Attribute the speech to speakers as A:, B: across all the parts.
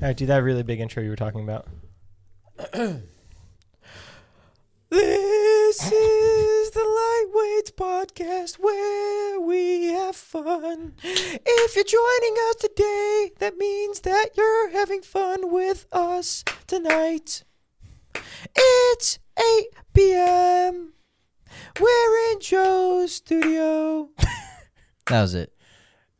A: All right, do that really big intro you were talking about. this is the Lightweights Podcast where we have fun. If you're joining us today, that means that you're having fun with us tonight. It's 8 p.m. We're in Joe's studio.
B: That was it.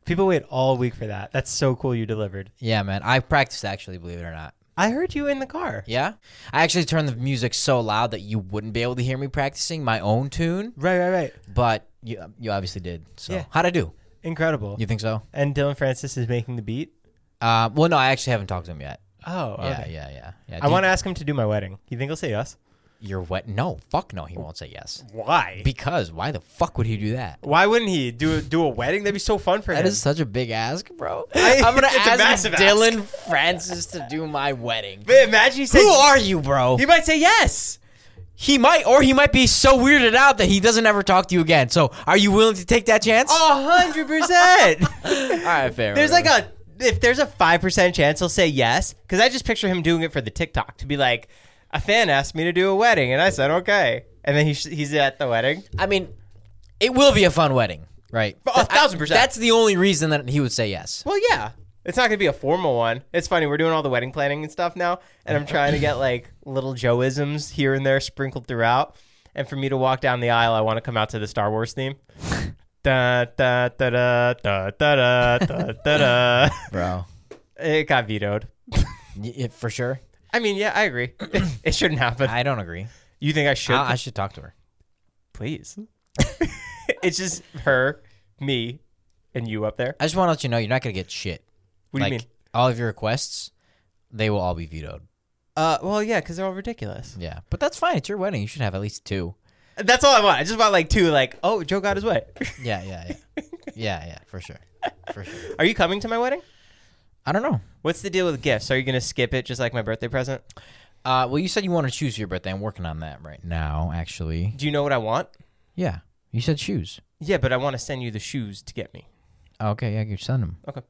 A: People wait all week for that. That's so cool you delivered.
B: Yeah, man. I practiced actually, believe it or not.
A: I heard you in the car.
B: Yeah? I actually turned the music so loud that you wouldn't be able to hear me practicing my own tune,
A: Right, right, right.
B: but you you obviously did. So,
A: Yeah.
B: how'd I do?
A: Incredible.
B: You think so?
A: And Dylan Francis is making the beat.
B: Uh, well, no, I actually haven't talked to him yet.
A: Oh,
B: Yeah, yeah, yeah. yeah.
A: I want to ask him to do my wedding. You think he'll say yes?
B: You're wet. No, fuck no, he won't say yes.
A: Why?
B: Because why the fuck would he do that?
A: Why wouldn't he do a, do a wedding? That'd be so fun for
B: That
A: him.
B: is such a big ask, bro.
A: I-
B: I'm gonna
A: it's a
B: ask
A: massive ask.
B: Dylan Francis to do my wedding.
A: but imagine he said,
B: Who are you, bro?
A: He might say yes.
B: He might, or he might be so weirded out that he doesn't ever talk to you again. So, are you willing to take that chance?
A: A hundred percent.
B: All right, fair.
A: There's like a if there's a five percent chance he'll say yes because I just picture him doing it for the TikTok to be like, a fan asked me to do a wedding and I said okay, and then he sh- he's at the wedding.
B: I mean, it will be a fun wedding, right?
A: Oh, a thousand
B: I-
A: percent.
B: that's the only reason that he would say yes.
A: Well, yeah. It's not going to be a formal one. It's funny. We're doing all the wedding planning and stuff now, and I'm trying to get like little Joeisms here and there sprinkled throughout. And for me to walk down the aisle, I want to come out to the Star Wars theme. da da da da da da da da da. da.
B: Bro,
A: It got vetoed.
B: for sure.
A: I mean, yeah, I agree. It, it shouldn't happen.
B: I don't agree.
A: You think I should?
B: I, I should talk to her.
A: Please. it's just her, me, and you up there.
B: I just want to let you know you're not gonna get shit.
A: What do
B: like,
A: you mean?
B: All of your requests, they will all be vetoed.
A: Uh, well, yeah, because they're all ridiculous.
B: Yeah, but that's fine. It's your wedding. You should have at least two.
A: That's all I want. I just want like two. Like, oh, Joe got his way.
B: Yeah, yeah, yeah, yeah, yeah. For sure, for sure.
A: Are you coming to my wedding?
B: I don't know.
A: What's the deal with gifts? Are you gonna skip it just like my birthday present?
B: Uh, well, you said you want to choose your birthday. I'm working on that right now, actually.
A: Do you know what I want?
B: Yeah, you said shoes.
A: Yeah, but I want to send you the shoes to get me.
B: Okay, yeah, you send them.
A: Okay.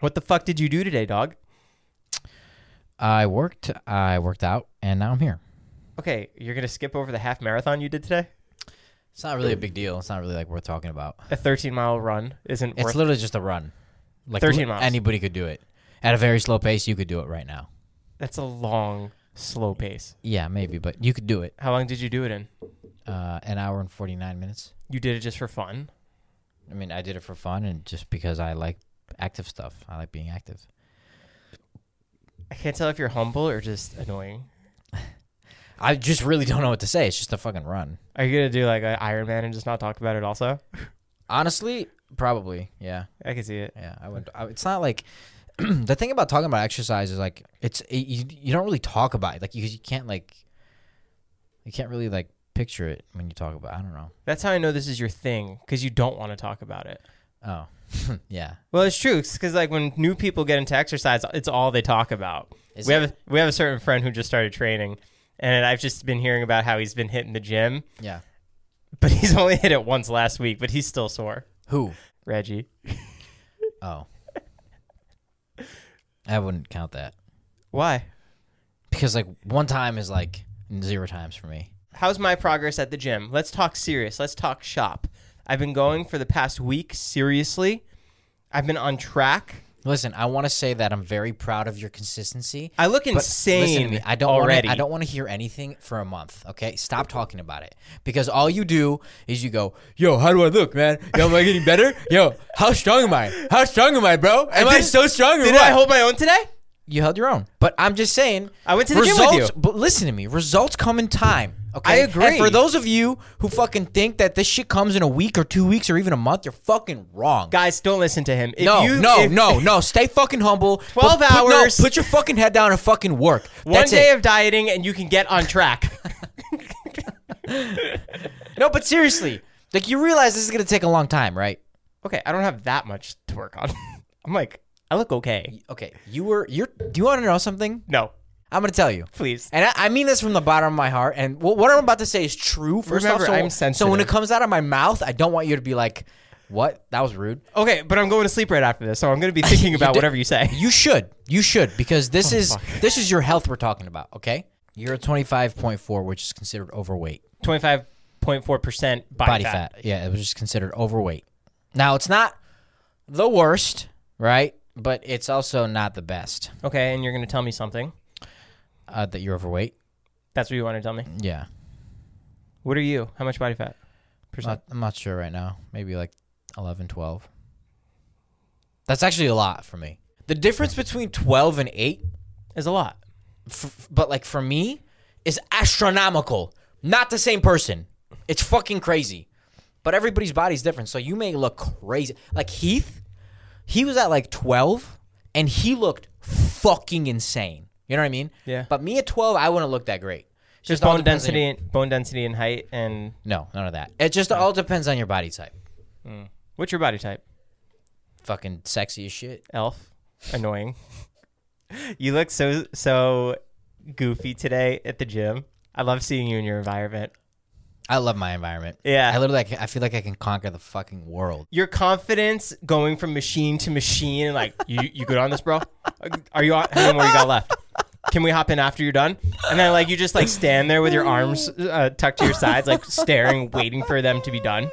A: What the fuck did you do today, dog?
B: I worked. I worked out, and now I'm here.
A: Okay, you're gonna skip over the half marathon you did today.
B: It's not really a big deal. It's not really like worth talking about.
A: A 13 mile run isn't
B: It's
A: worth.
B: literally just a run. Like
A: 13
B: li-
A: miles.
B: Anybody could do it. At a very slow pace, you could do it right now.
A: that's a long, slow pace.
B: Yeah, maybe, but you could do it.
A: How long did you do it in?
B: Uh, an hour and 49 minutes.
A: You did it just for fun.
B: I mean, I did it for fun and just because I like active stuff. I like being active.
A: I can't tell if you're humble or just annoying.
B: I just really don't know what to say. It's just a fucking run.
A: Are you gonna do like an Iron Man and just not talk about it? Also,
B: Honestly, probably. Yeah.
A: I can see it.
B: Yeah, I would. I, it's not like the thing about talking about exercise is like it's it, you, you don't really talk about it. Like you, you can't like you can't really like picture it when you talk about. I don't know.
A: That's how I know this is your thing because you don't want to talk about it.
B: Oh, yeah.
A: Well, it's true because like when new people get into exercise, it's all they talk about.
B: Is
A: we
B: it?
A: have a, we have a certain friend who just started training, and I've just been hearing about how he's been hitting the gym,
B: Yeah.
A: but he's only hit it once last week, but he's still sore.
B: Who?
A: Reggie,
B: Oh, I wouldn't count that
A: why?
B: because like one time is like zero times for me.
A: How's my progress at the gym? Let's talk serious. Let's talk shop. I've been going for the past week seriously. I've been on track.
B: Listen, I want to say that I'm very proud of your consistency.
A: I look
B: but listen to
A: insane
B: me, I don't wanna-
A: already.
B: I don't want to hear anything for a month. Okay, stop talking about it because all you do is you go, "Yo, how do I look, man? Yo, am I getting better? Yo, how strong am I? How strong am I, bro? Am I
A: did-
B: so strong? Or
A: Did
B: what?
A: I hold my own today?
B: you held your own. But I'm just saying,
A: I went to the gym with you.
B: But listen to me, results come in time. Okay,
A: I agree.
B: And for those of you who fucking think that this shit comes in a week or two weeks or even a month, you're fucking wrong.
A: Guys, don't listen to him. If
B: no,
A: you,
B: no,
A: if-
B: no, no. Stay fucking humble.
A: 12
B: Put- put- no,
A: hours.
B: put your fucking head down and fucking work.
A: One
B: That's
A: day
B: it.
A: of dieting and you can get on track.
B: no, but seriously, like you realize this is gonna take a long time, right?
A: okay, I don't have that much to work on. I'm like, I look okay.
B: Okay, you were. You're. Do you want to know something?
A: No,
B: I'm gonna tell you.
A: please.
B: And I, I mean this from the bottom of my heart. And wh- what I'm about to say is true. First
A: Remember,
B: off, so,
A: I'm
B: so when
A: sensitive.
B: it comes out of my mouth, I don't want you to be like, "What? That was rude."
A: Okay, but I'm going to sleep right after this, so I'm going to be thinking about
B: did-
A: whatever you say.
B: You should. You should because
A: Oh,
B: this is this is your health we're talking about. Okay, you're at 25.4, which is considered overweight.
A: 25.4% body,
B: body fat. Yeah, it was just considered overweight. Now it's not the worst, right? But it's also not the best
A: Okay, and you're going to tell me something.
B: uh, that you're overweight.
A: That's what you want to tell me.
B: Yeah,
A: What are you? How much body fat? Percent.
B: Not- I'm not sure right now. Maybe like 11, 12. That's actually a lot for me. The difference between 12 and 8,
A: Is Uh, a lot.
B: f- but like for me, is astronomical. Not the same person. It's fucking crazy. But everybody's body's different, so you may look crazy. Like Heath, he was at like 12 and he looked fucking insane. You know what I mean?
A: Yeah.
B: But me at 12, I wouldn't look that great. It
A: Just
B: all
A: bone
B: depends on
A: density, and bone density and height, and
B: your- no, none of that. It just all depends on your body type.
A: what's your body type?
B: Fucking sexy as shit.
A: Elf. Annoying. you look so so goofy today at the gym. I love seeing you in your environment.
B: I love my environment.
A: Yeah.
B: I literally, I feel like I can conquer the fucking world.
A: Your confidence going from machine to machine, and like you you good on this, bro? Are you on? How many more you got left? Can we hop in after you're done? And then like you just like stand there with your arms uh, tucked to your sides, like staring, waiting for them to be done.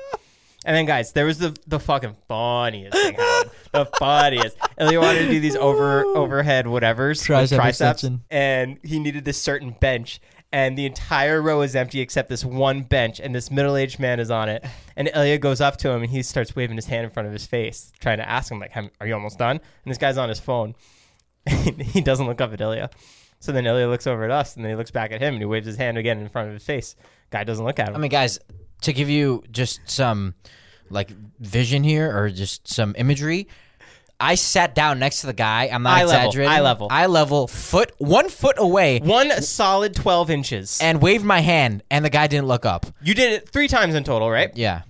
A: And then, guys, there was the the fucking funniest thing. happened. the funniest. Ilya wanted to do these over overhead whatever's with
B: Tricep
A: triceps,
B: extension.
A: and he needed this certain bench, and the entire row is empty except this one bench, and this middle aged man is on it. And Ilya goes up to him, and he starts waving his hand in front of his face, trying to ask him like, "How- "Are you almost done?" And this guy's on his phone. he doesn't look up at Ilya. So then Ilya looks over at us, and then he looks back at him, and he waves his hand again in front of his face. Guy doesn't look at him.
B: I mean, guys, to give you just some like vision here or just some imagery, I sat down next to the guy. I'm not
A: Eye level,
B: exaggerating.
A: eye level.
B: Eye level, foot one foot away,
A: one solid twelve inches.
B: and waved my hand, and the guy didn't look up.
A: You did it three times in total, right?
B: Yeah.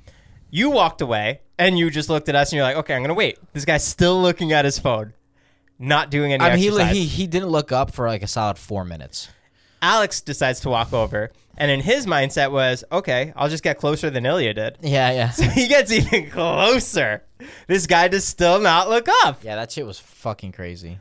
A: You walked away and you just looked at us and you're like, okay, I'm gonna wait. This guy's still looking at his phone, not doing any
B: I mean, he,
A: exercise.
B: he he didn't look up for like a solid four minutes.
A: Alex decides to walk over, and in his mindset was, okay, I'll just get closer than Ilya did.
B: Yeah, yeah,
A: he gets even closer. This guy does still not look up.
B: yeah. That shit was fucking crazy.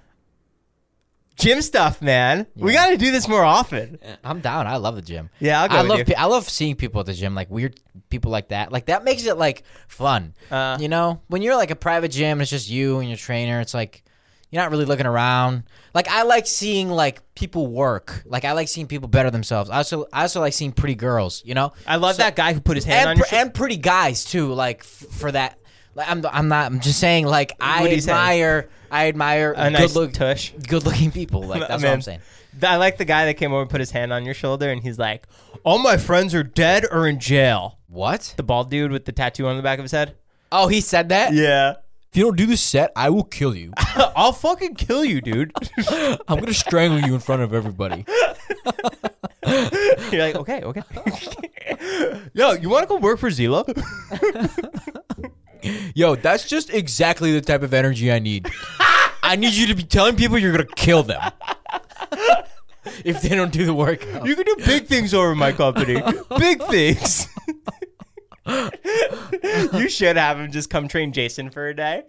A: Gym stuff, man. We
B: Yeah.
A: gotta do this more often.
B: I'm down. I love the gym.
A: Yeah, I'll go
B: I
A: with
B: love
A: you.
B: pe- I love seeing people at the gym, like weird people like that. Like that makes it like fun.
A: Uh.
B: you know, when you're like a private gym, it's just you and your trainer. It's like you're not really looking around. Like I like seeing like people work. Like I like seeing people better themselves. I also I also like seeing pretty girls. You know,
A: I love
B: So-
A: that guy who put his hand
B: and,
A: on your
B: pre- and pretty guys too. Like f- for that. Like, I'm, I'm not. I'm just saying. Like
A: What
B: I
A: are you saying?
B: admire. I admire
A: a
B: good
A: nice
B: look,
A: tush.
B: good looking people. Like that's what
A: Man.
B: I'm saying.
A: Th- I like the guy that came over and put his hand on your shoulder, and he's like, "All my friends are dead or in jail."
B: What?
A: The bald dude with the tattoo on the back of his head.
B: Oh, he said that.
A: Yeah,
B: If you don't do this set, I will kill you.
A: I'll fucking kill you, dude.
B: I'm gonna strangle you in front of everybody.
A: You're like, okay, okay. Yo, you want to go work for Zila?
B: Yo, that's just exactly the type of energy I need. I need you to be telling people you're gonna kill them if they don't do the work.
A: You can do big things over my company. big things. you should have him just come train Jason for a day.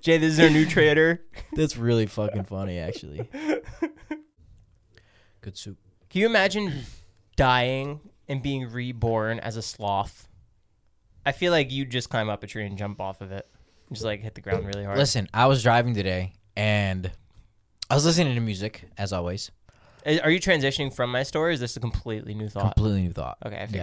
A: Jay, this is our new trainer.
B: That's really fucking funny, actually. Good soup.
A: Can you imagine dying and being reborn as a sloth? I feel like you'd just climb up a tree and jump off of it. Just like hit the ground really hard.
B: Listen, I was driving today and I was listening to music as always.
A: Uh, Are you transitioning from my story? Or is this a completely new thought?
B: Completely new thought.
A: Okay. I figured.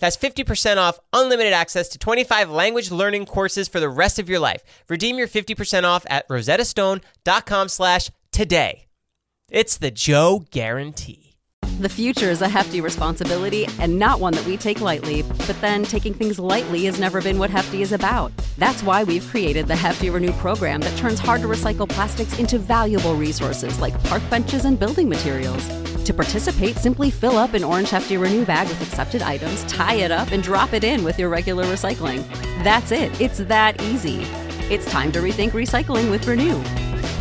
A: That's 50% off unlimited access to 25 language learning courses for the rest of your life. Redeem your 50% off at rosettastone.com slash today. It's the Joe guarantee.
C: The future is a hefty responsibility and not one that we take lightly, but then taking things lightly has never been what Hefty is about. That's why we've created the Hefty Renew program that turns hard to recycle plastics into valuable resources like park benches and building materials. To participate, simply fill up an orange Hefty Renew bag with accepted items, tie it up, and drop it in with your regular recycling. That's it, it's that easy. It's time to rethink recycling with Renew.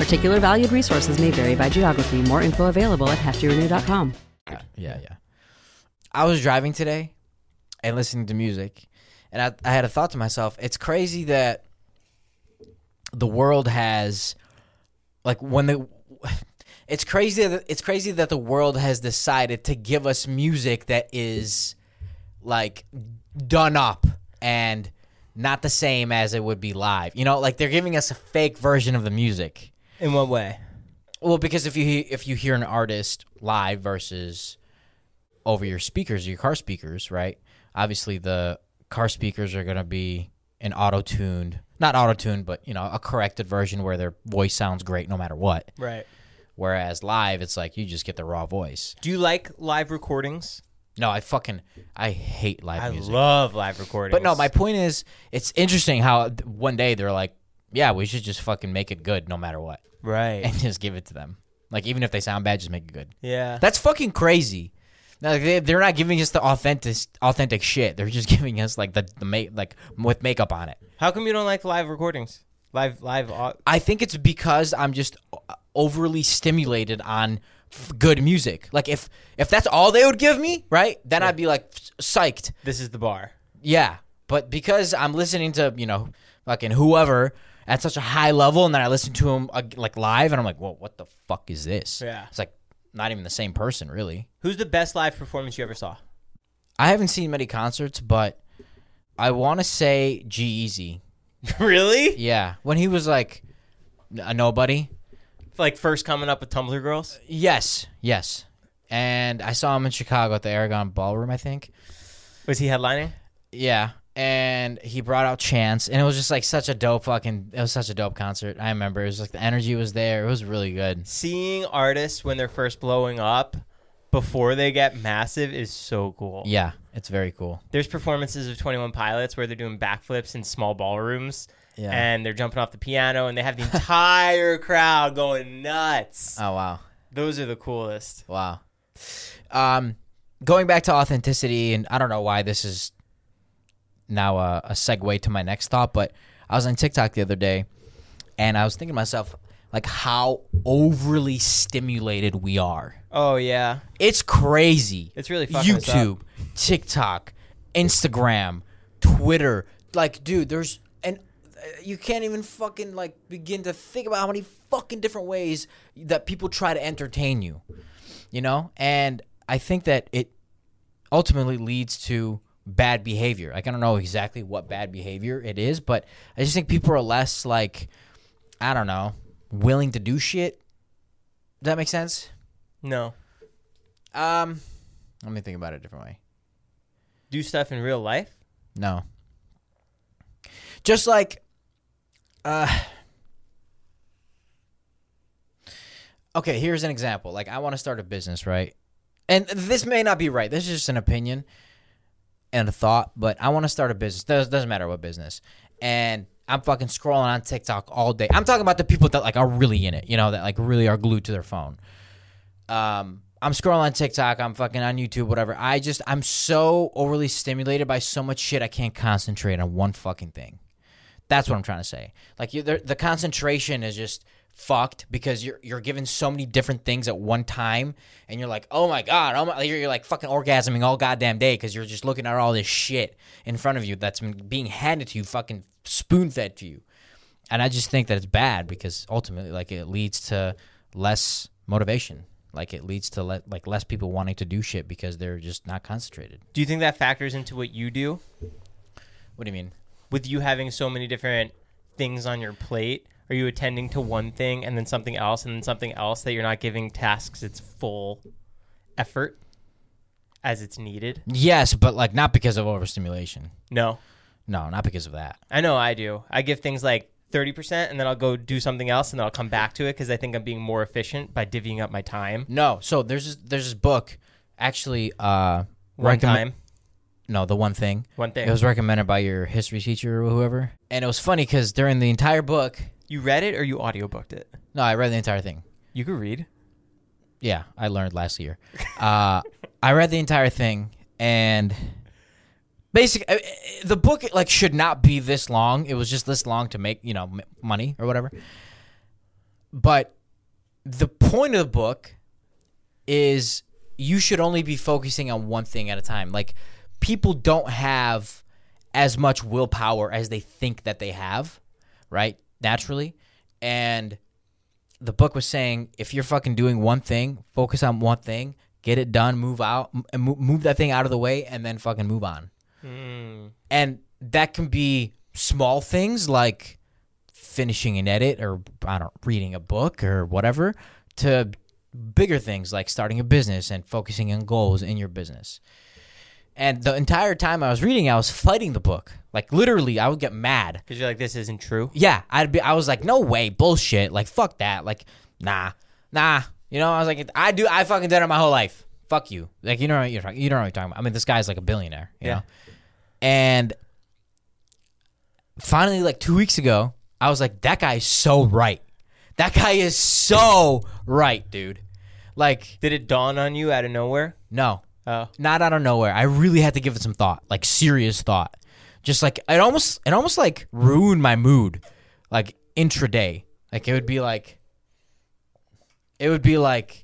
C: Particular valued resources may vary by geography. More info available at heftyrenew.com.
B: Yeah, yeah. I was driving today and listening to music, and I, I had a thought to myself: it's crazy that the world has, like, when the, it's crazy that it's crazy that the world has decided to give us music that is, like, done up and not the same as it would be live. You know, like they're giving us a fake version of the music.
A: In what way?
B: Well, because if you he- if you hear an artist live versus over your speakers, your car speakers, right? Obviously, the car speakers are gonna be an auto tuned, not auto tuned, but you know, a corrected version where their voice sounds great no matter what.
A: Right.
B: Whereas live, it's like you just get the raw voice.
A: Do you like live recordings?
B: No, I fucking I hate live
A: I
B: music.
A: love live recordings.
B: but no, my point is, it's interesting how th- one day they're like, yeah, we should just fucking make it good no matter what,
A: right.
B: and just give it to them. Like even if they sound bad, just make it good.
A: Yeah.
B: That's fucking crazy. Now, they, they're not giving us the authentic, authentic shit. They're just giving us like the the make like with makeup on it.
A: How come you don't like live recordings? Live live au-
B: I think it's because I'm just o- overly stimulated on f- good music. Like if if that's all they would give me, right? Then I'd be like psyched.
A: this is the bar.
B: Yeah, but because I'm listening to you know fucking whoever at such a high level, and then I listen to them like live, and I'm like, well, what the fuck is this?
A: Yeah.
B: it's like not even the same person, really.
A: Who's the best live performance you ever saw?
B: I haven't seen many concerts, but I want to say G Easy.
A: really?
B: Yeah, when he was like a nobody.
A: Like first coming up with Tumblr girls?
B: Yes, yes. and I saw him in Chicago at the Aragon Ballroom, I think.
A: Was he headlining?
B: Yeah. And he brought out Chance, and it was just like such a dope fucking. It was such a dope concert. I remember it was like the energy was there. It was really good.
A: Seeing artists when they're first blowing up before they get massive is so cool.
B: Yeah, it's very cool.
A: There's performances of 21 Pilots where they're doing backflips in small ballrooms
B: Yeah.
A: and they're jumping off the piano and they have the entire crowd going nuts.
B: Oh wow,
A: Those are the coolest.
B: wow. Um, going back to authenticity, and I don't know why this is now a, a segue to my next thought, but I was on TikTok the other day, and I was thinking to myself like how overly stimulated we are.
A: Oh, yeah.
B: It's crazy.
A: It's really fucking us
B: YouTube, TikTok, Instagram, Twitter. Like, dude, there's and uh, you can't even fucking like begin to think about how many fucking different ways that people try to entertain you. You know, and I think that it ultimately leads to bad behavior. Like, I don't know exactly what bad behavior it is, but I just think people are less like, I don't know, willing to do shit. Does that make sense?
A: No.
B: Um, let me think about it a different way.
A: Do stuff in real life?
B: No. Just like, uh, okay, here's an example. Like, I want to start a business, right? And this may not be right. This is just an opinion and a thought, but I want to start a business. Does doesn't matter what business. And I'm fucking scrolling on TikTok all day. I'm talking about the people that like are really in it, you know, that like really are glued to their phone. um, I'm scrolling on TikTok, I'm fucking on YouTube, whatever. I just I'm so overly stimulated by so much shit I can't concentrate on one fucking thing. That's what I'm trying to say. Like you, the, the concentration is just fucked because you're you're given so many different things at one time, and you're like, oh my god, oh my, you're, you're like fucking orgasming all goddamn day because you're just looking at all this shit in front of you that's been being handed to you, fucking spoon fed to you. And I just think that it's bad because ultimately, like, it leads to less motivation. Like, it leads to le- like less people wanting to do shit because they're just not concentrated.
A: Do you think that factors into what you do
B: What do you mean?
A: with you having so many different things on your plate? Are you attending to one thing and then something else and then something else that you're not giving tasks its full effort as it's needed?
B: Yes, but like not because of overstimulation.
A: No.
B: No, not because of that.
A: I know I do. I give things like 30% and then I'll go do something else and then I'll come back to it because I think I'm being more efficient by divvying up my time.
B: No. So there's this, there's this book, actually. Uh,
A: One
B: recommend-
A: time.
B: No, the one thing.
A: One Thing.
B: It was recommended by your history teacher or whoever, and it was funny because during the entire book,
A: You read it or you audiobooked it?
B: no, I read the entire thing.
A: You could read.
B: yeah, I learned last year. Uh, I read the entire thing, and basically, uh, the book like should not be this long. It was just this long to make you know m- money or whatever. But the point of the book is you should only be focusing on one thing at a time. Like people don't have as much willpower as they think that they have, right? Naturally, and the book was saying if you're fucking doing one thing, focus on one thing, get it done, move out, m- and mo- move that thing out of the way, and then fucking move on. And that can be small things like finishing an edit or I don't reading a book or whatever to bigger things like starting a business and focusing on goals in your business. And the entire time I was reading, I was fighting the book. Like literally, I would get mad
A: Because you're like, this isn't true.
B: yeah, I'd be. I was like, no way, bullshit. Like, fuck that. Like, nah, nah. You know, I was like, I do. I fucking did it my whole life. Fuck you. Like, you know, what you're talking. You don't know what you're talking about. I mean, this guy's like a billionaire. You
A: Yeah.
B: know, and finally, like two weeks ago, I was like, that guy is so right. That guy is so right, dude. Like,
A: Did it dawn on you out of nowhere?
B: no,
A: Oh.
B: not out of nowhere. I really had to give it some thought, like serious thought. Just like it almost, it almost like ruined my mood, like intraday. Like it would be like, it would be like,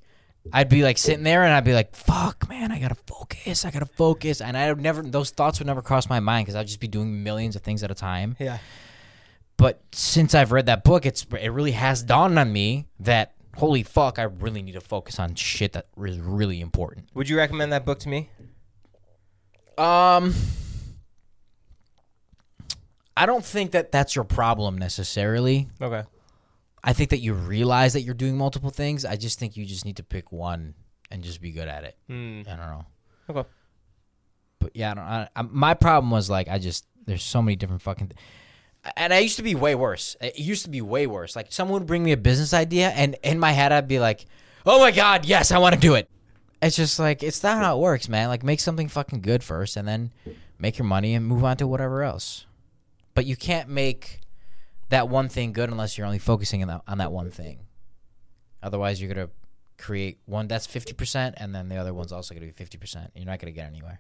B: I'd be like sitting there and I'd be like, "Fuck, man, I gotta focus. I gotta focus." And I would never, those thoughts would never cross my mind because I'd just be doing millions of things at a time
A: Yeah.
B: but since I've read that book, it's it really has dawned on me that holy fuck, I really need to focus on shit that is really important.
A: Would you recommend that book to me?
B: Um, I don't think that that's your problem necessarily.
A: Okay.
B: I think that you realize that you're doing multiple things. I just think you just need to pick one and just be good at it. I don't know.
A: Okay.
B: But yeah, I don't. I, I, my problem was like I just there's so many different fucking. Th- and I used to be way worse. It used to be way worse. Like someone would bring me a business idea, and in my head I'd be like, "Oh my god, yes, I want to do it." It's just like it's not how it works, man. Like make something fucking good first, and then make your money and move on to whatever else. But you can't make that one thing good unless you're only focusing on that, on that one thing. Otherwise, you're gonna create one that's fifty percent, and then the other one's also gonna be fifty percent. You're not gonna get anywhere.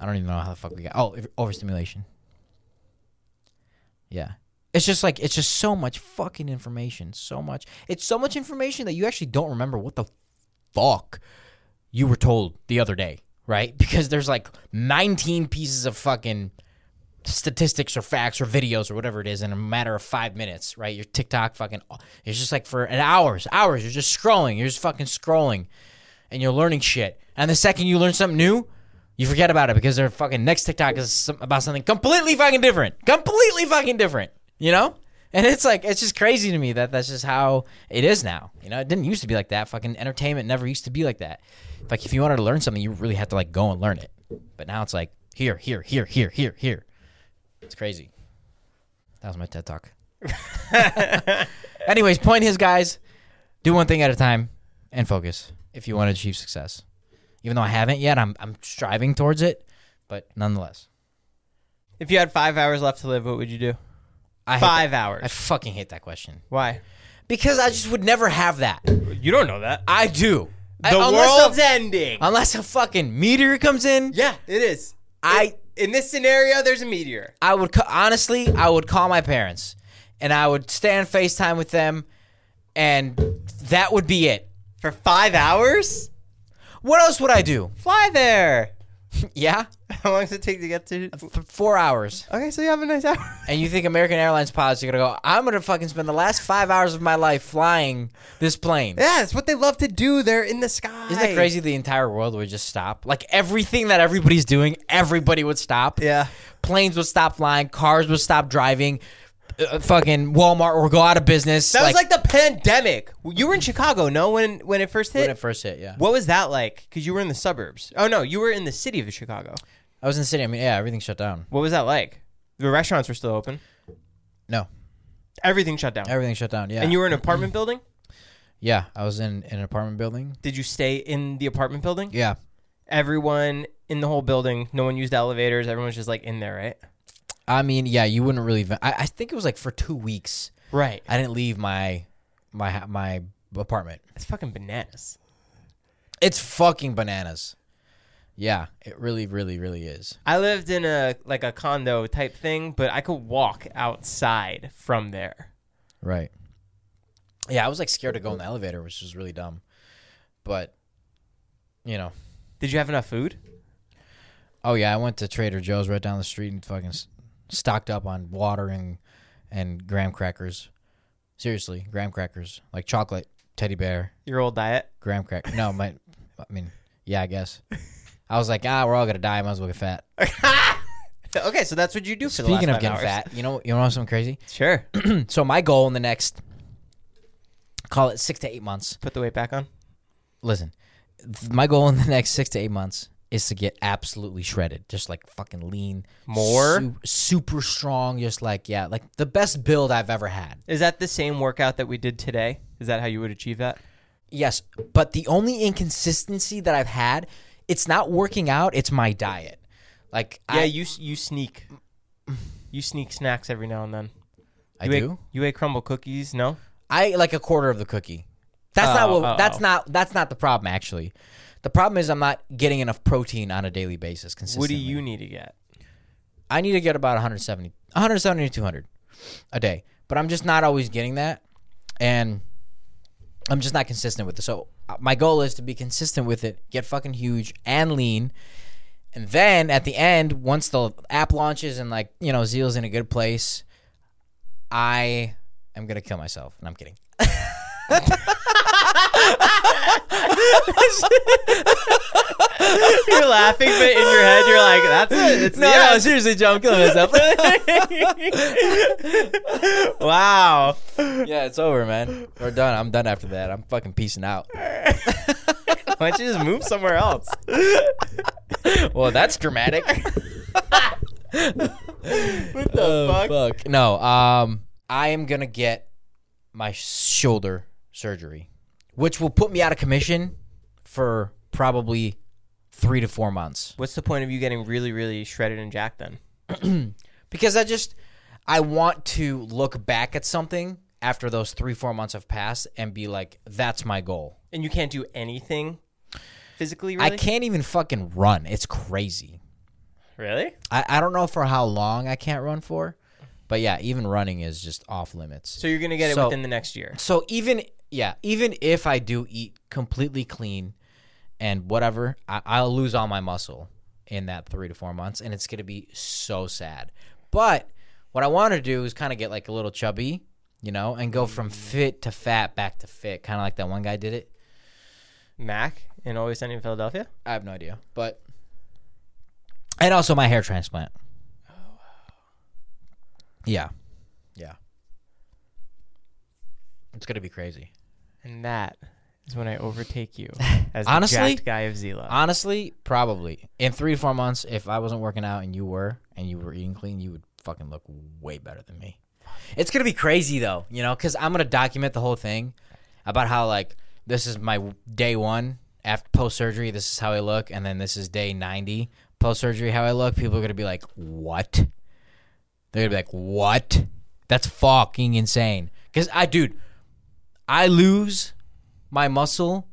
B: I don't even know how the fuck we got. Oh, if- overstimulation. Yeah, it's just like it's just so much fucking information. So much. It's so much information that you actually don't remember what the fuck you were told the other day, right? Because there's like nineteen pieces of fucking statistics or facts or videos or whatever it is in a matter of five minutes, right? Your TikTok fucking, it's just like for an hours, hours. You're just scrolling. You're just fucking scrolling, and you're learning shit. And the second you learn something new, you forget about it because their fucking next TikTok is some, about something completely fucking different, completely fucking different. You know. And it's like it's just crazy to me that that's just how it is now. You know, it didn't used to be like that. Fucking entertainment never used to be like that. Like if you wanted to learn something, you really had to like go and learn it. But now it's like here, here, here, here, here, here. It's crazy. That was my TED talk. Anyways, point is, guys, do one thing at a time and focus if you want to achieve success. Even though I haven't yet, I'm I'm striving towards it, but nonetheless,
A: If you had five hours left to live, what would you do?
B: I hate
A: Five
B: that-
A: hours.
B: I fucking hate that question
A: Why?
B: because I just would never have that.
A: You don't know that.
B: I do. I-
A: The Uh,
B: unless
A: world's
B: a,
A: ending.
B: unless a fucking meteor comes in,
A: yeah, it is.
B: I
A: In this scenario, there's a meteor.
B: I would ca- honestly, I would call my parents, and I would stay on Facetime with them, and that would be it.
A: For five hours?
B: What else would I do?
A: Fly there.
B: Yeah,
A: How long does it take to get to?
B: Th- four hours.
A: Okay, so you have a nice hour.
B: And you think American Airlines pilots are gonna go? I'm gonna fucking spend the last five hours of my life flying this plane.
A: Yeah, it's what they love to do. They're in the sky.
B: Isn't it crazy? The entire world would just stop. Like everything that everybody's doing, everybody would stop.
A: Yeah.
B: planes would stop flying, cars would stop driving, uh, fucking Walmart would go out of business.
A: That was like the pandemic. You were in Chicago, no? When when it first hit.
B: when it first hit. Yeah,
A: What was that like? Because you were in the suburbs. Oh no, you were in the city of Chicago.
B: I was in the city. I mean, yeah, everything shut down.
A: What was that like? The restaurants were still open.
B: No,
A: Everything shut down.
B: everything shut down. Yeah,
A: And you were in an apartment building.
B: yeah, I was in, in an apartment building.
A: Did you stay in the apartment building?
B: Yeah,
A: Everyone in the whole building. No one used elevators. Everyone's just like in there, right?
B: I mean, yeah, you wouldn't really. I, I think it was like for two weeks.
A: Right.
B: I didn't leave my my my apartment.
A: That's fucking bananas.
B: It's fucking bananas. Yeah, it really, really, really is.
A: I lived in a like a condo type thing, but I could walk outside from there.
B: Right. Yeah, I was like scared to go in the elevator, which was really dumb. But you know,
A: Did you have enough food?
B: oh yeah, I went to Trader Joe's right down the street and fucking s- stocked up on water and and graham crackers. Seriously, graham crackers, like chocolate teddy bear
A: Your old diet.
B: graham cracker. No, my, I mean, yeah, I guess. I was like, ah, we're all gonna die. Might as well get fat.
A: Okay, so that's what you do. For the last
B: Speaking of
A: five
B: getting
A: hours.
B: fat, you know, you know something crazy? Hmm.
A: sure.
B: So my goal in the next, call it six to eight months.
A: Put the weight back on.
B: listen, th- my goal in the next six to eight months is to get absolutely shredded, just like fucking lean,
A: More?
B: su- super strong, just like yeah, like the best build I've ever had.
A: Is that the same workout that we did today? Is that how you would achieve that?
B: Yes, but the only inconsistency that I've had, it's not working out. It's my diet. Like
A: Yeah,
B: I,
A: you s- you sneak, you sneak snacks every now and then.
B: I
A: You ate,
B: do.
A: You ate crumble cookies? No.
B: I ate, like a quarter of the cookie. That's not
A: Oh,
B: what.
A: oh,
B: that's
A: oh.
B: not. That's not the problem. Actually, the problem is I'm not getting enough protein on a daily basis
A: What do
B: consistently.
A: you need to get?
B: I need to get about 170, 170 to 200 a day, but I'm just not always getting that, and I'm just not consistent with it. So uh, my goal is to be consistent with it, get fucking huge and lean, and then at the end, once the app launches and like you know Zeal's in a good place, I am gonna kill myself. And I'm kidding.
A: You're laughing, but in your head, you're like, "That's it." It's
B: No,
A: the
B: no,
A: end.
B: seriously, Joe, I'm killing myself.
A: Wow.
B: yeah, it's over, man. We're done. I'm done after that. I'm fucking peacing out.
A: Why don't you just move somewhere else?
B: Well, that's dramatic.
A: What the
B: Oh, fuck. No, um, I am gonna get my shoulder surgery, which will put me out of commission for probably three to four months.
A: What's the point of you getting really, really shredded and jacked then?
B: Because I just I want to look back at something after those three, four months have passed and be like, that's my goal.
A: And you can't do anything physically, really?
B: I can't even fucking run. It's crazy.
A: Really?
B: I, I don't know for how long I can't run for, but yeah, even running is just off limits.
A: So you're going to get it
B: So-
A: within the next year.
B: So even yeah, even if I do eat completely clean and whatever, I, I'll lose all my muscle in that three to four months, and it's gonna be so sad. But what I want to do is kind of get like a little chubby, you know, and go from fit to fat back to fit, kind of like that one guy did it.
A: Mac and Always Sunny in Philadelphia?
B: I have no idea, but and also my hair transplant. Oh, Yeah, yeah, it's gonna be crazy.
A: And that is when I overtake you as
B: Honestly,
A: the jacked guy of Zila.
B: Honestly, probably in three to four months, if I wasn't working out and you were, and you were eating clean, you would fucking look way better than me. It's gonna be crazy though, you know, because I'm gonna document the whole thing about how like this is my day one after post surgery. This is how I look, and then this is day ninety post surgery how I look. People are gonna be like, what? They're gonna be like, what? That's fucking insane. Because I, dude, I lose my muscle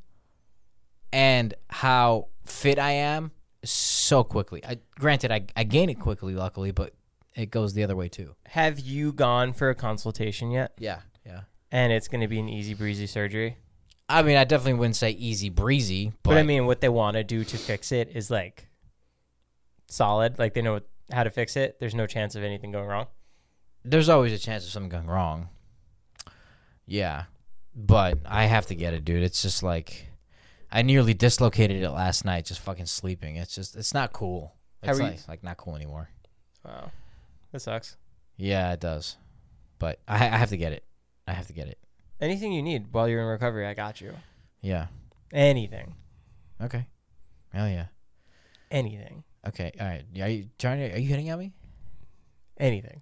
B: and how fit I am so quickly. I granted I, I gain it quickly, luckily, but it goes the other way too.
A: Have you gone for a consultation yet?
B: Yeah, yeah.
A: And it's going to be an easy breezy surgery.
B: I mean, I definitely wouldn't say easy breezy, but,
A: But I mean, what they want to do to fix it is like solid. Like they know what- how to fix it. There's no chance of anything going wrong.
B: there's always a chance of something going wrong. Yeah, but I have to get it, dude. It's just like I nearly dislocated it last night just fucking sleeping. It's just it's not cool.
A: How
B: It's
A: are you-
B: like, like not cool anymore.
A: Wow. That sucks.
B: Yeah, it does. But I, I have to get it. I have to get it.
A: Anything you need while you're in recovery, I got you.
B: Yeah.
A: Anything.
B: Okay. Hell yeah.
A: Anything.
B: Okay, all right. Are you trying to? Are you hitting at me?
A: Anything.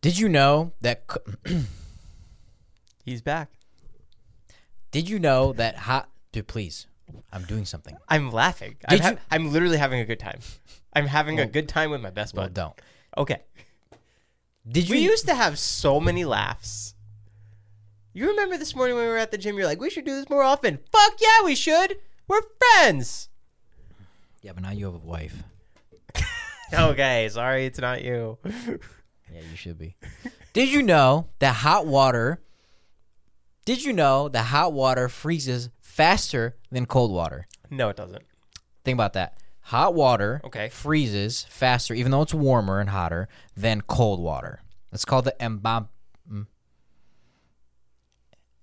B: Did you know that? c-
A: He's back.
B: Did you know that hot? Dude, please, I'm doing something.
A: I'm laughing. I'm,
B: Did
A: ha-
B: you-
A: I'm literally having a good time. I'm having a good time with my best
B: Well,
A: bud.
B: don't.
A: Okay.
B: Did you?
A: We used to have so many laughs. You remember this morning when we were at the gym? You're like, we should do this more often. Fuck yeah, we should. We're friends.
B: yeah, but now you have a wife.
A: Okay, sorry, it's not you.
B: Yeah, you should be. Did you know that hot water? Did you know that hot water freezes faster than cold water?
A: No, it doesn't.
B: Think about that. Hot water
A: Okay.
B: freezes faster, even though it's warmer and hotter than cold water. It's called the embom.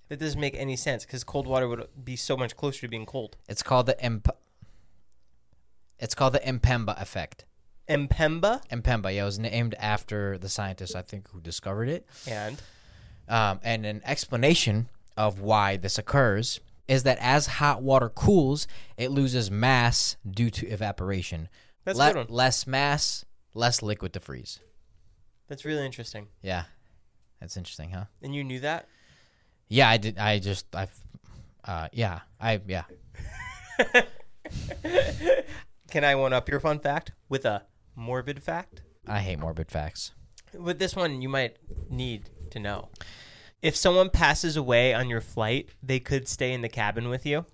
A: That doesn't make any sense because cold water would be so much closer to being cold.
B: It's called the emp. It's called the empemba effect.
A: Mpemba
B: and Pemba. Yeah, it was named after the scientist I think who discovered it.
A: and
B: Um, and an explanation of why this occurs is that as hot water cools, it loses mass due to evaporation.
A: That's a
B: Le-
A: good one.
B: Less mass, less liquid to freeze.
A: that's really interesting.
B: Yeah, that's interesting, huh?
A: And you knew that?
B: Yeah, I did. I just I, uh, yeah, I yeah.
A: Can I one up your fun fact with a morbid fact?
B: I hate morbid facts.
A: With this one, you might need to know. If someone passes away on your flight, they could stay in the cabin with you.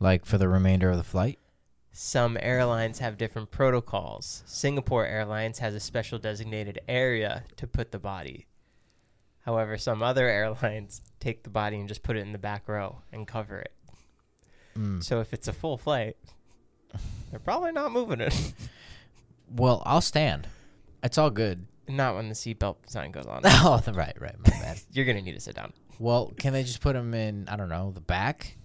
B: Like for the remainder of the flight.
A: Some airlines have different protocols. Singapore Airlines has a special designated area to put the body. However, some other airlines take the body and just put it in the back row and cover it. So if it's a full flight, they're probably not moving it.
B: Well, I'll stand. It's all good.
A: not when the seatbelt sign goes on.
B: Oh, the- right, right, my bad.
A: You're going to need to sit down.
B: well, can they just put him in? I don't know the back.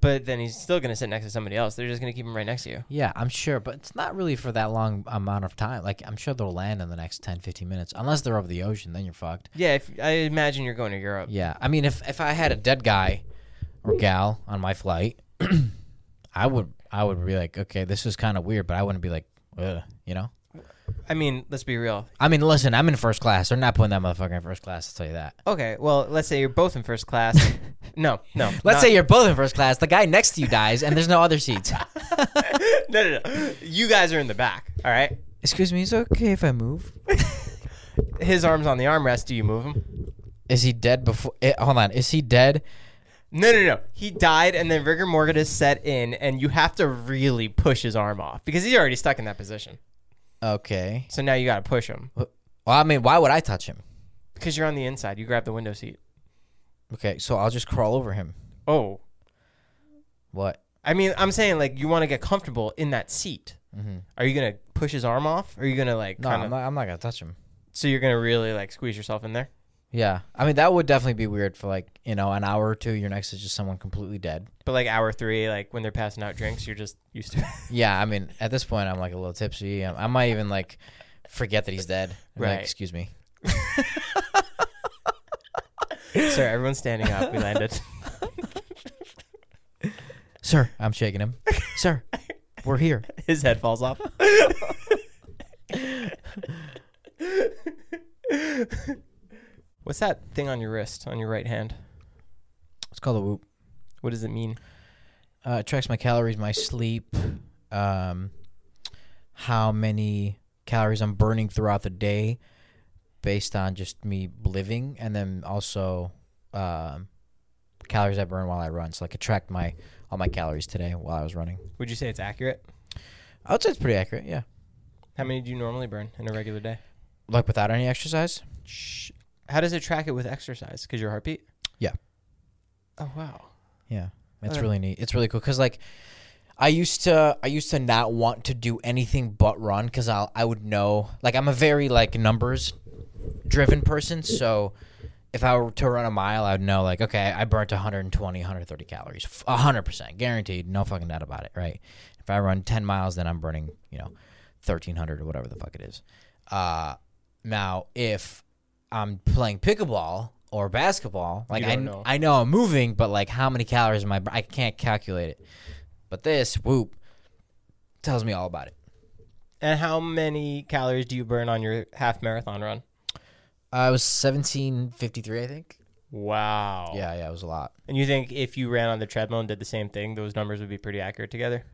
A: But then he's still going to sit next to somebody else. They're just going to keep him right next to you.
B: Yeah, I'm sure, but it's not really for that long amount of time. Like, I'm sure they'll land in the next 10, 15 minutes, unless they're over the ocean. Then you're fucked.
A: Yeah, if, I imagine you're going to Europe.
B: Yeah, I mean, if if I had a dead guy or gal on my flight, I would I would be like, okay, this is kind of weird, but I wouldn't be like, Ugh, you know.
A: I mean, let's be real.
B: I mean, listen, I'm in first class. They're not putting that motherfucker in first class. I'll tell you that.
A: Okay, well, let's say you're both in first class. no, no.
B: Let's
A: not-
B: say you're both in first class. The guy next to you dies, and there's no other seats.
A: no, no, no. You guys are in the back. All right.
B: Excuse me, is it okay if I move?
A: His arms on the armrest. Do you move him?
B: Is he dead before? eh, hold on, is he dead?
A: No, no, no. He died, and then rigor mortis set in, and you have to really push his arm off because he's already stuck in that position.
B: Okay.
A: So now you got to push him
B: Well, I mean, why would I touch him?
A: because you're on the inside. You grab the window seat.
B: Okay, so I'll just crawl over him.
A: Oh,
B: What?
A: I mean, I'm saying like you want to get comfortable in that seat. Are you gonna push his arm off? Or are you gonna like
B: Mm-hmm. No,
A: kind
B: I'm
A: of?
B: not, I'm not gonna touch him.
A: So you're gonna really like squeeze yourself in there.
B: Yeah, I mean that would definitely be weird for like you know an hour or two. You're next to just someone completely dead.
A: But like hour three, like when they're passing out drinks, you're just used to. it.
B: Yeah, I mean at this point I'm like a little tipsy. I, I might even like forget that he's dead. I'm like,
A: Right.
B: Excuse me.
A: Sir, everyone's standing up. We landed.
B: Sir, I'm shaking him. Sir, we're here.
A: His head falls off. What's that thing on your wrist, on your right hand?
B: It's called a whoop.
A: What does it mean?
B: Uh, it tracks my calories, my sleep, um, how many calories I'm burning throughout the day, based on just me living, and then also um, calories I burn while I run. So like, it tracked my all my calories today while I was running.
A: Would you say it's accurate?
B: I would say it's pretty accurate. Yeah,
A: How many do you normally burn in a regular day?
B: like without any exercise.
A: Shh. How does it track it with exercise? Because your heartbeat?
B: Yeah.
A: Oh, wow.
B: Yeah, it's
A: Okay.
B: really neat. It's really cool because like I used to I used to not want to do anything but run because I I would know like I'm a very like numbers driven person so. If I were to run a mile, I'd know like, okay, I burnt 120, 130 calories, F- 100% guaranteed, no fucking doubt about it, right? If I run 10 miles, then I'm burning, you know, 1300 or whatever the fuck it is. Uh, now, if I'm playing pickleball or basketball, like
A: don't
B: I, kn-
A: know.
B: I know I'm moving, but like how many calories am I? bur- I can't calculate it. But this whoop tells me all about it.
A: And how many calories do you burn on your half marathon run?
B: I was 1753, I think.
A: Wow.
B: Yeah, yeah, it was a lot.
A: And you think if you ran on the treadmill and did the same thing, those numbers would be pretty accurate together?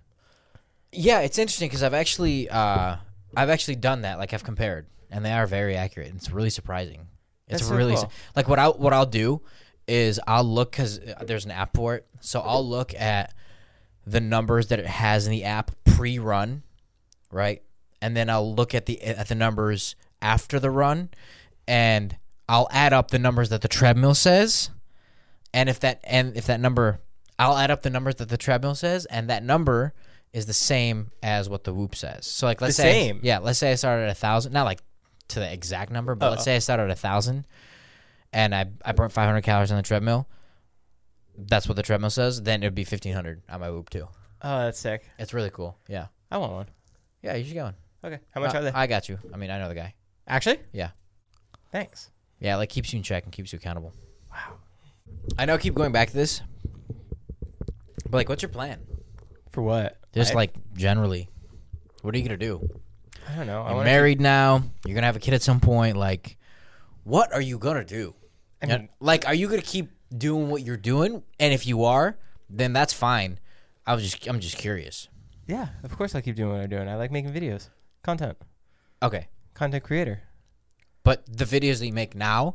B: Yeah, it's interesting because I've actually uh, I've actually done that. Like I've compared, and they are very accurate. And it's really surprising. It's
A: That's so
B: really su-
A: cool.
B: like what I what I'll do is I'll look because there's an app for it. So I'll look at the numbers that it has in the app pre-run, right? And then I'll look at the at the numbers after the run, and I'll add up the numbers that the treadmill says, and if that and if that number, I'll add up the numbers that the treadmill says, and that number is the same as what the whoop says. So like let's
A: The
B: say
A: same?
B: yeah, let's say I started at a thousand, not like to the exact number, but let's say I started at a thousand, and I I burnt five hundred calories on the treadmill. That's what the treadmill says. Then it would be fifteen hundred on my whoop too.
A: Oh, that's sick.
B: It's really cool. Yeah.
A: I want one.
B: Yeah, you should go on.
A: Okay. How much
B: I,
A: are they?
B: Uh, I got you. I mean, I know the guy.
A: Actually?
B: Yeah.
A: Thanks.
B: Yeah, like keeps you in check and keeps you accountable. Wow. I know I keep going back to this. But like what's your plan?
A: For what?
B: Just
A: I-
B: like generally. What are you gonna do?
A: I don't know. I
B: You're
A: wanna-
B: married now, you're gonna have a kid at some point, like what are you gonna do?
A: I
B: Yeah,
A: mean-
B: like are you gonna keep doing what you're doing? And if you are, then that's fine. I was just I'm just curious.
A: Yeah, of course I keep doing what I'm doing. I like making videos, content,
B: Okay.
A: content creator.
B: But the videos that you make now,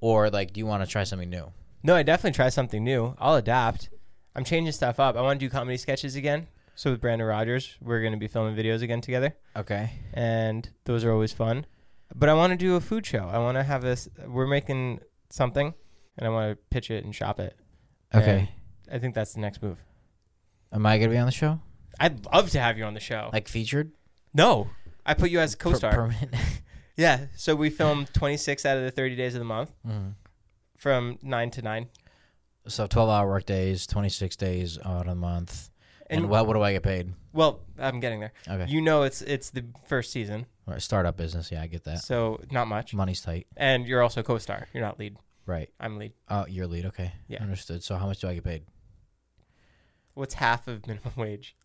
B: or like, do you want to try something new?
A: No, I definitely try something new. I'll adapt. I'm changing stuff up. I want to do comedy sketches again. So with Brandon Rogers, we're going to be filming videos again together,
B: Okay.
A: and those are always fun. But I want to do a food show. I want to have this. We're making something, and I want to pitch it and shop it.
B: Okay.
A: And I think that's the next move.
B: Am I gonna be on the show?
A: I'd love to have you on the show.
B: Like featured?
A: no, I put you as
B: Per-
A: co-star.
B: permanent.
A: yeah. So we film 26 out of the 30 days of the month,
B: Mhm.
A: from nine to nine.
B: so twelve hour work days, twenty six days out a month. And,
A: And-
B: what what do I get paid?
A: Well, I'm getting there.
B: Okay.
A: You know, it's it's the first season,
B: Or startup business, yeah, I get that.
A: so not much.
B: Money's tight.
A: And you're also co-star. You're not lead.
B: Right.
A: I'm lead.
B: Oh, your lead, okay.
A: Yeah.
B: Understood. So how much do I get paid?
A: What's half of minimum wage?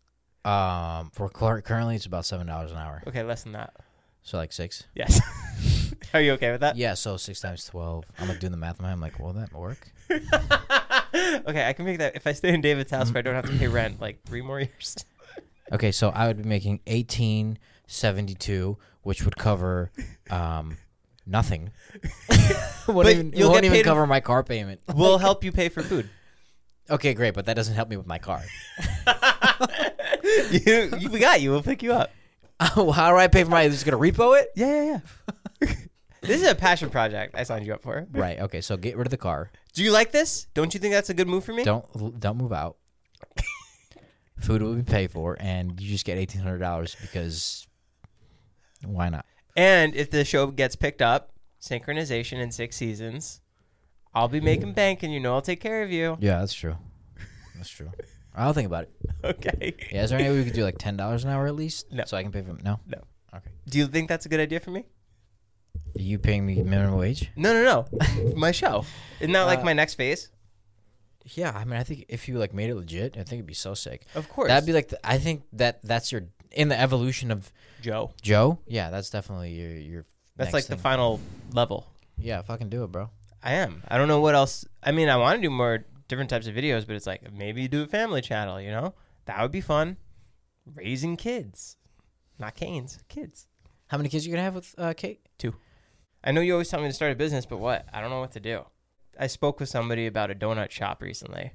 B: Um for cur- currently it's about seven dollars an hour.
A: Okay, less than that.
B: So like six?
A: Yes. Are you okay with that?
B: Yeah, so six times twelve. I'm like doing the math in my head, I'm like, will that work?
A: okay, I can make that if I stay in David's house, but I don't have to pay rent like three more years.
B: Okay, so I would be making eighteen seventy two, which would cover um nothing. won't
A: But
B: even,
A: you'll
B: won't
A: get
B: even
A: paid-
B: cover my car payment.
A: we'll help you pay for food.
B: Okay, great, but that doesn't help me with my car.
A: you, you, we got you. We'll pick you up.
B: Oh, How do I pay for my? Just gonna repo it?
A: Yeah, yeah, yeah. this is a passion project. I signed you up for.
B: Right. Okay. So get rid of the car.
A: Do you like this? Don't you think that's a good move for me?
B: Don't don't move out. Food will be paid for, and you just get eighteen hundred dollars because why not?
A: And if the show gets picked up, synchronization in six seasons, I'll be making bank, and you know I'll take care of you.
B: Yeah, that's true. That's true. I'll think about it.
A: Okay.
B: Yeah, is there any way we could do like ten dollars an hour at least?
A: No.
B: So I can pay for no.
A: No.
B: Okay.
A: Do you think that's a good idea for me?
B: Are you paying me minimum wage?
A: No, no, no. my show. Isn't that like my next phase?
B: Yeah, I mean, I think if you like made it legit, I think it'd be so sick.
A: Of course.
B: That'd be like the, I think that that's your in the evolution of
A: Joe.
B: Joe. Yeah, that's definitely your your.
A: That's
B: next
A: like
B: thing.
A: the final level.
B: Yeah, fucking do it, bro.
A: I am. I don't know what else. I mean, I want to do more different types of videos, but it's like maybe do a family channel, you know? That would be fun. Raising kids, not canes, kids.
B: How many kids you gonna have with uh, Kate?
A: Two. I know you always tell me to start a business, but what? I don't know what to do. I spoke with somebody about a donut shop recently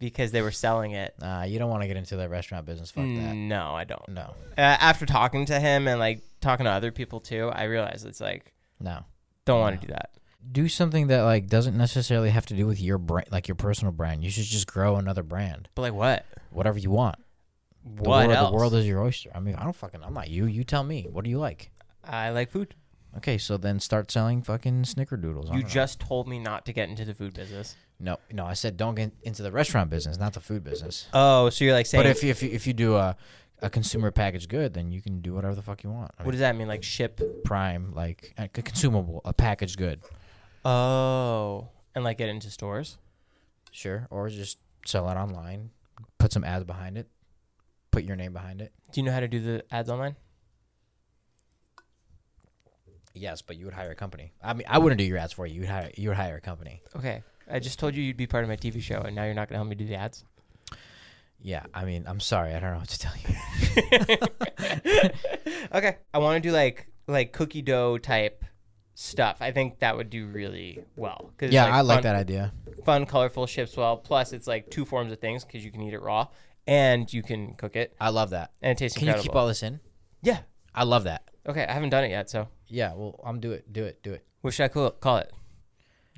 A: because they were selling it.
B: Uh, you don't want to get into that restaurant business. Fuck that.
A: No, I don't.
B: No,
A: Uh, after talking to him and like talking to other people too, I realized it's like,
B: no.
A: don't want to do that.
B: Do something that like doesn't necessarily have to do with your brand, like your personal brand. You should just grow another brand,
A: But like, what?
B: whatever you want. The
A: What
B: world,
A: else?
B: The world is your oyster. I mean, I don't fucking. I'm not you. You tell me. What do you like?
A: I like food.
B: Okay, so then start selling fucking snickerdoodles. I
A: You
B: don't
A: just told me not to get into the food business.
B: know. no, no. I said don't get into the restaurant business, not the food business.
A: Oh, so you're like saying,
B: But if you, if you, if you do a a consumer package good, then you can do whatever the fuck you want. I
A: what
B: mean,
A: does that mean? Like ship?
B: prime like a c- consumable, a packaged good.
A: Oh, and like get into stores?
B: Sure. Or just sell it online, put some ads behind it, put your name behind it.
A: Do you know how to do the ads online?
B: Yes, but you would hire a company. I mean, I wouldn't do your ads for you. You'd hire, you would hire a company.
A: Okay, I just told you you'd be part of my TV show, and now you're not gonna help me do the ads.
B: Yeah. I mean, I'm sorry. I don't know what to tell you.
A: Okay, I want to do like like cookie dough type stuff. I think that would do really well. Cause it's,
B: yeah, I like
A: fun-
B: that idea.
A: Fun, colorful, ships well. Plus, it's like two forms of things because you can eat it raw and you can cook it,
B: I love that.
A: and it tastes
B: Can you
A: incredible.
B: keep all this in?
A: yeah.
B: I love that.
A: Okay, I haven't done it yet, so
B: Yeah. Well, I'm do it. Do it. Do it.
A: what should I call it? Call it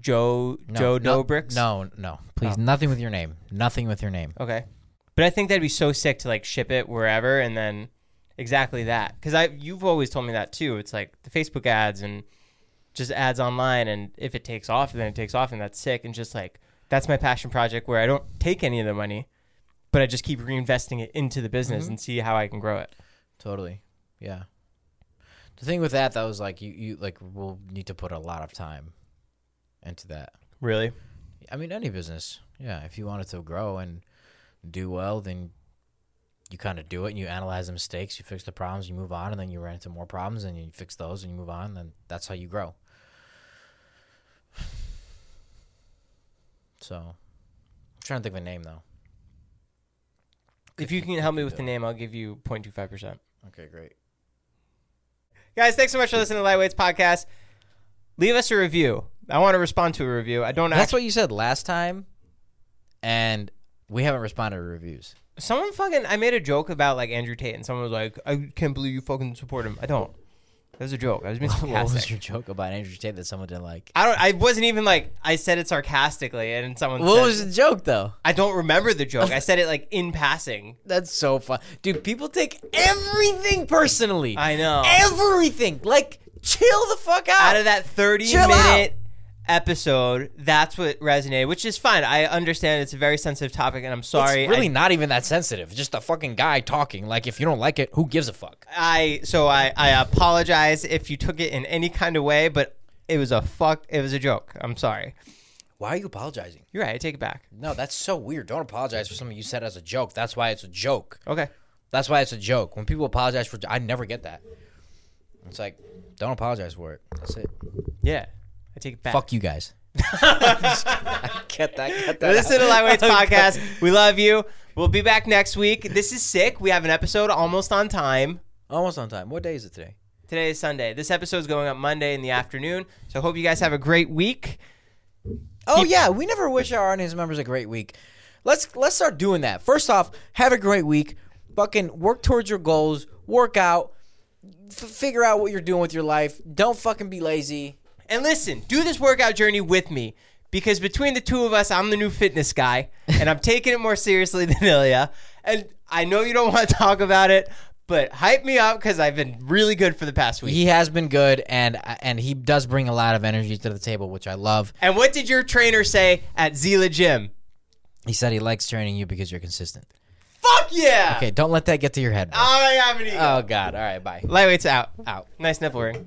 A: Joe
B: No,
A: Joe
B: no,
A: Dobricks?
B: No, no. Please, nothing with your name. Nothing with your name.
A: Okay. But I think that'd be so sick to like ship it wherever and then exactly that. Cuz I you've always told me that too. It's like the Facebook ads and just ads online and if it takes off then it takes off and that's sick and just like that's my passion project where I don't take any of the money but I just keep reinvesting it into the business
B: Mm-hmm.
A: and see how I can grow it.
B: Totally. Yeah. The thing with that, that was like you, you like will need to put a lot of time into that.
A: Really?
B: I mean, any business. Yeah, if you want it to grow and do well, then you kind of do it and you analyze the mistakes, you fix the problems, you move on, and then you run into more problems and you fix those and you move on, and that's how you grow. So, I'm trying to think of a name though.
A: If you can help me with the name, I'll give you 0.25%.
B: Okay, great.
A: Guys, thanks so much for listening to Lightweights Podcast. Leave us a review. I want to respond to a review. I don't.
B: That's
A: act-
B: what you said last time, and we haven't responded to reviews.
A: someone fucking. I made a joke about like Andrew Tate, and someone was like, "I can't believe you fucking support him." I don't. That was a joke. I was being sarcastic.
B: What was your joke about Andrew Tate that someone didn't like?
A: I don't. I wasn't even like. I said it sarcastically, and someone.
B: What
A: said,
B: was the joke though?
A: I don't remember the joke. I said it like in passing.
B: That's so fun, dude. People take everything personally.
A: I know.
B: everything. Like, chill the fuck out.
A: Out of that
B: Chill
A: thirty-minute episode, that's what resonated, which is fine. I understand it's a very sensitive topic, and I'm sorry.
B: it's really
A: I,
B: not even that sensitive. Just a fucking guy talking. Like, if you don't like it, who gives a fuck?
A: I so I I apologize if you took it in any kind of way, but it was a fuck. It was a joke. I'm sorry.
B: Why are you apologizing?
A: You're right. I take it back.
B: No, that's so weird. Don't apologize for something you said as a joke. That's why it's a joke.
A: Okay.
B: That's why it's a joke. When people apologize for, I never get that. It's like, don't apologize for it. That's it.
A: Yeah. I take it back.
B: Fuck you guys. get that. Get that.
A: Listen to Lightweights Podcast. We love you. We'll be back next week. This is sick. We have an episode almost on time.
B: Almost on time. What day is it today?
A: Today is Sunday. This episode is going up Monday in the afternoon. So I hope you guys have a great week.
B: Oh yeah, we never wish our audience members a great week. Let's let's start doing that. First off, have a great week. Fucking work towards your goals. Work out. F- figure out what you're doing with your life. Don't fucking be lazy.
A: And listen, do this workout journey with me because between the two of us, I'm the new fitness guy and I'm taking it more seriously than Ilya. And I know you don't want to talk about it, but hype me up because I've been really good for the past week.
B: He has been good, and and he does bring a lot of energy to the table, which I love.
A: And what did your trainer say at Zila Gym?
B: He said he likes training you because you're consistent.
A: Fuck yeah!
B: Okay, don't let that get to your head. bro.
A: I have an ego.
B: oh God! All right, bye.
A: Lightweight's out.
B: Out.
A: Nice nipple ring.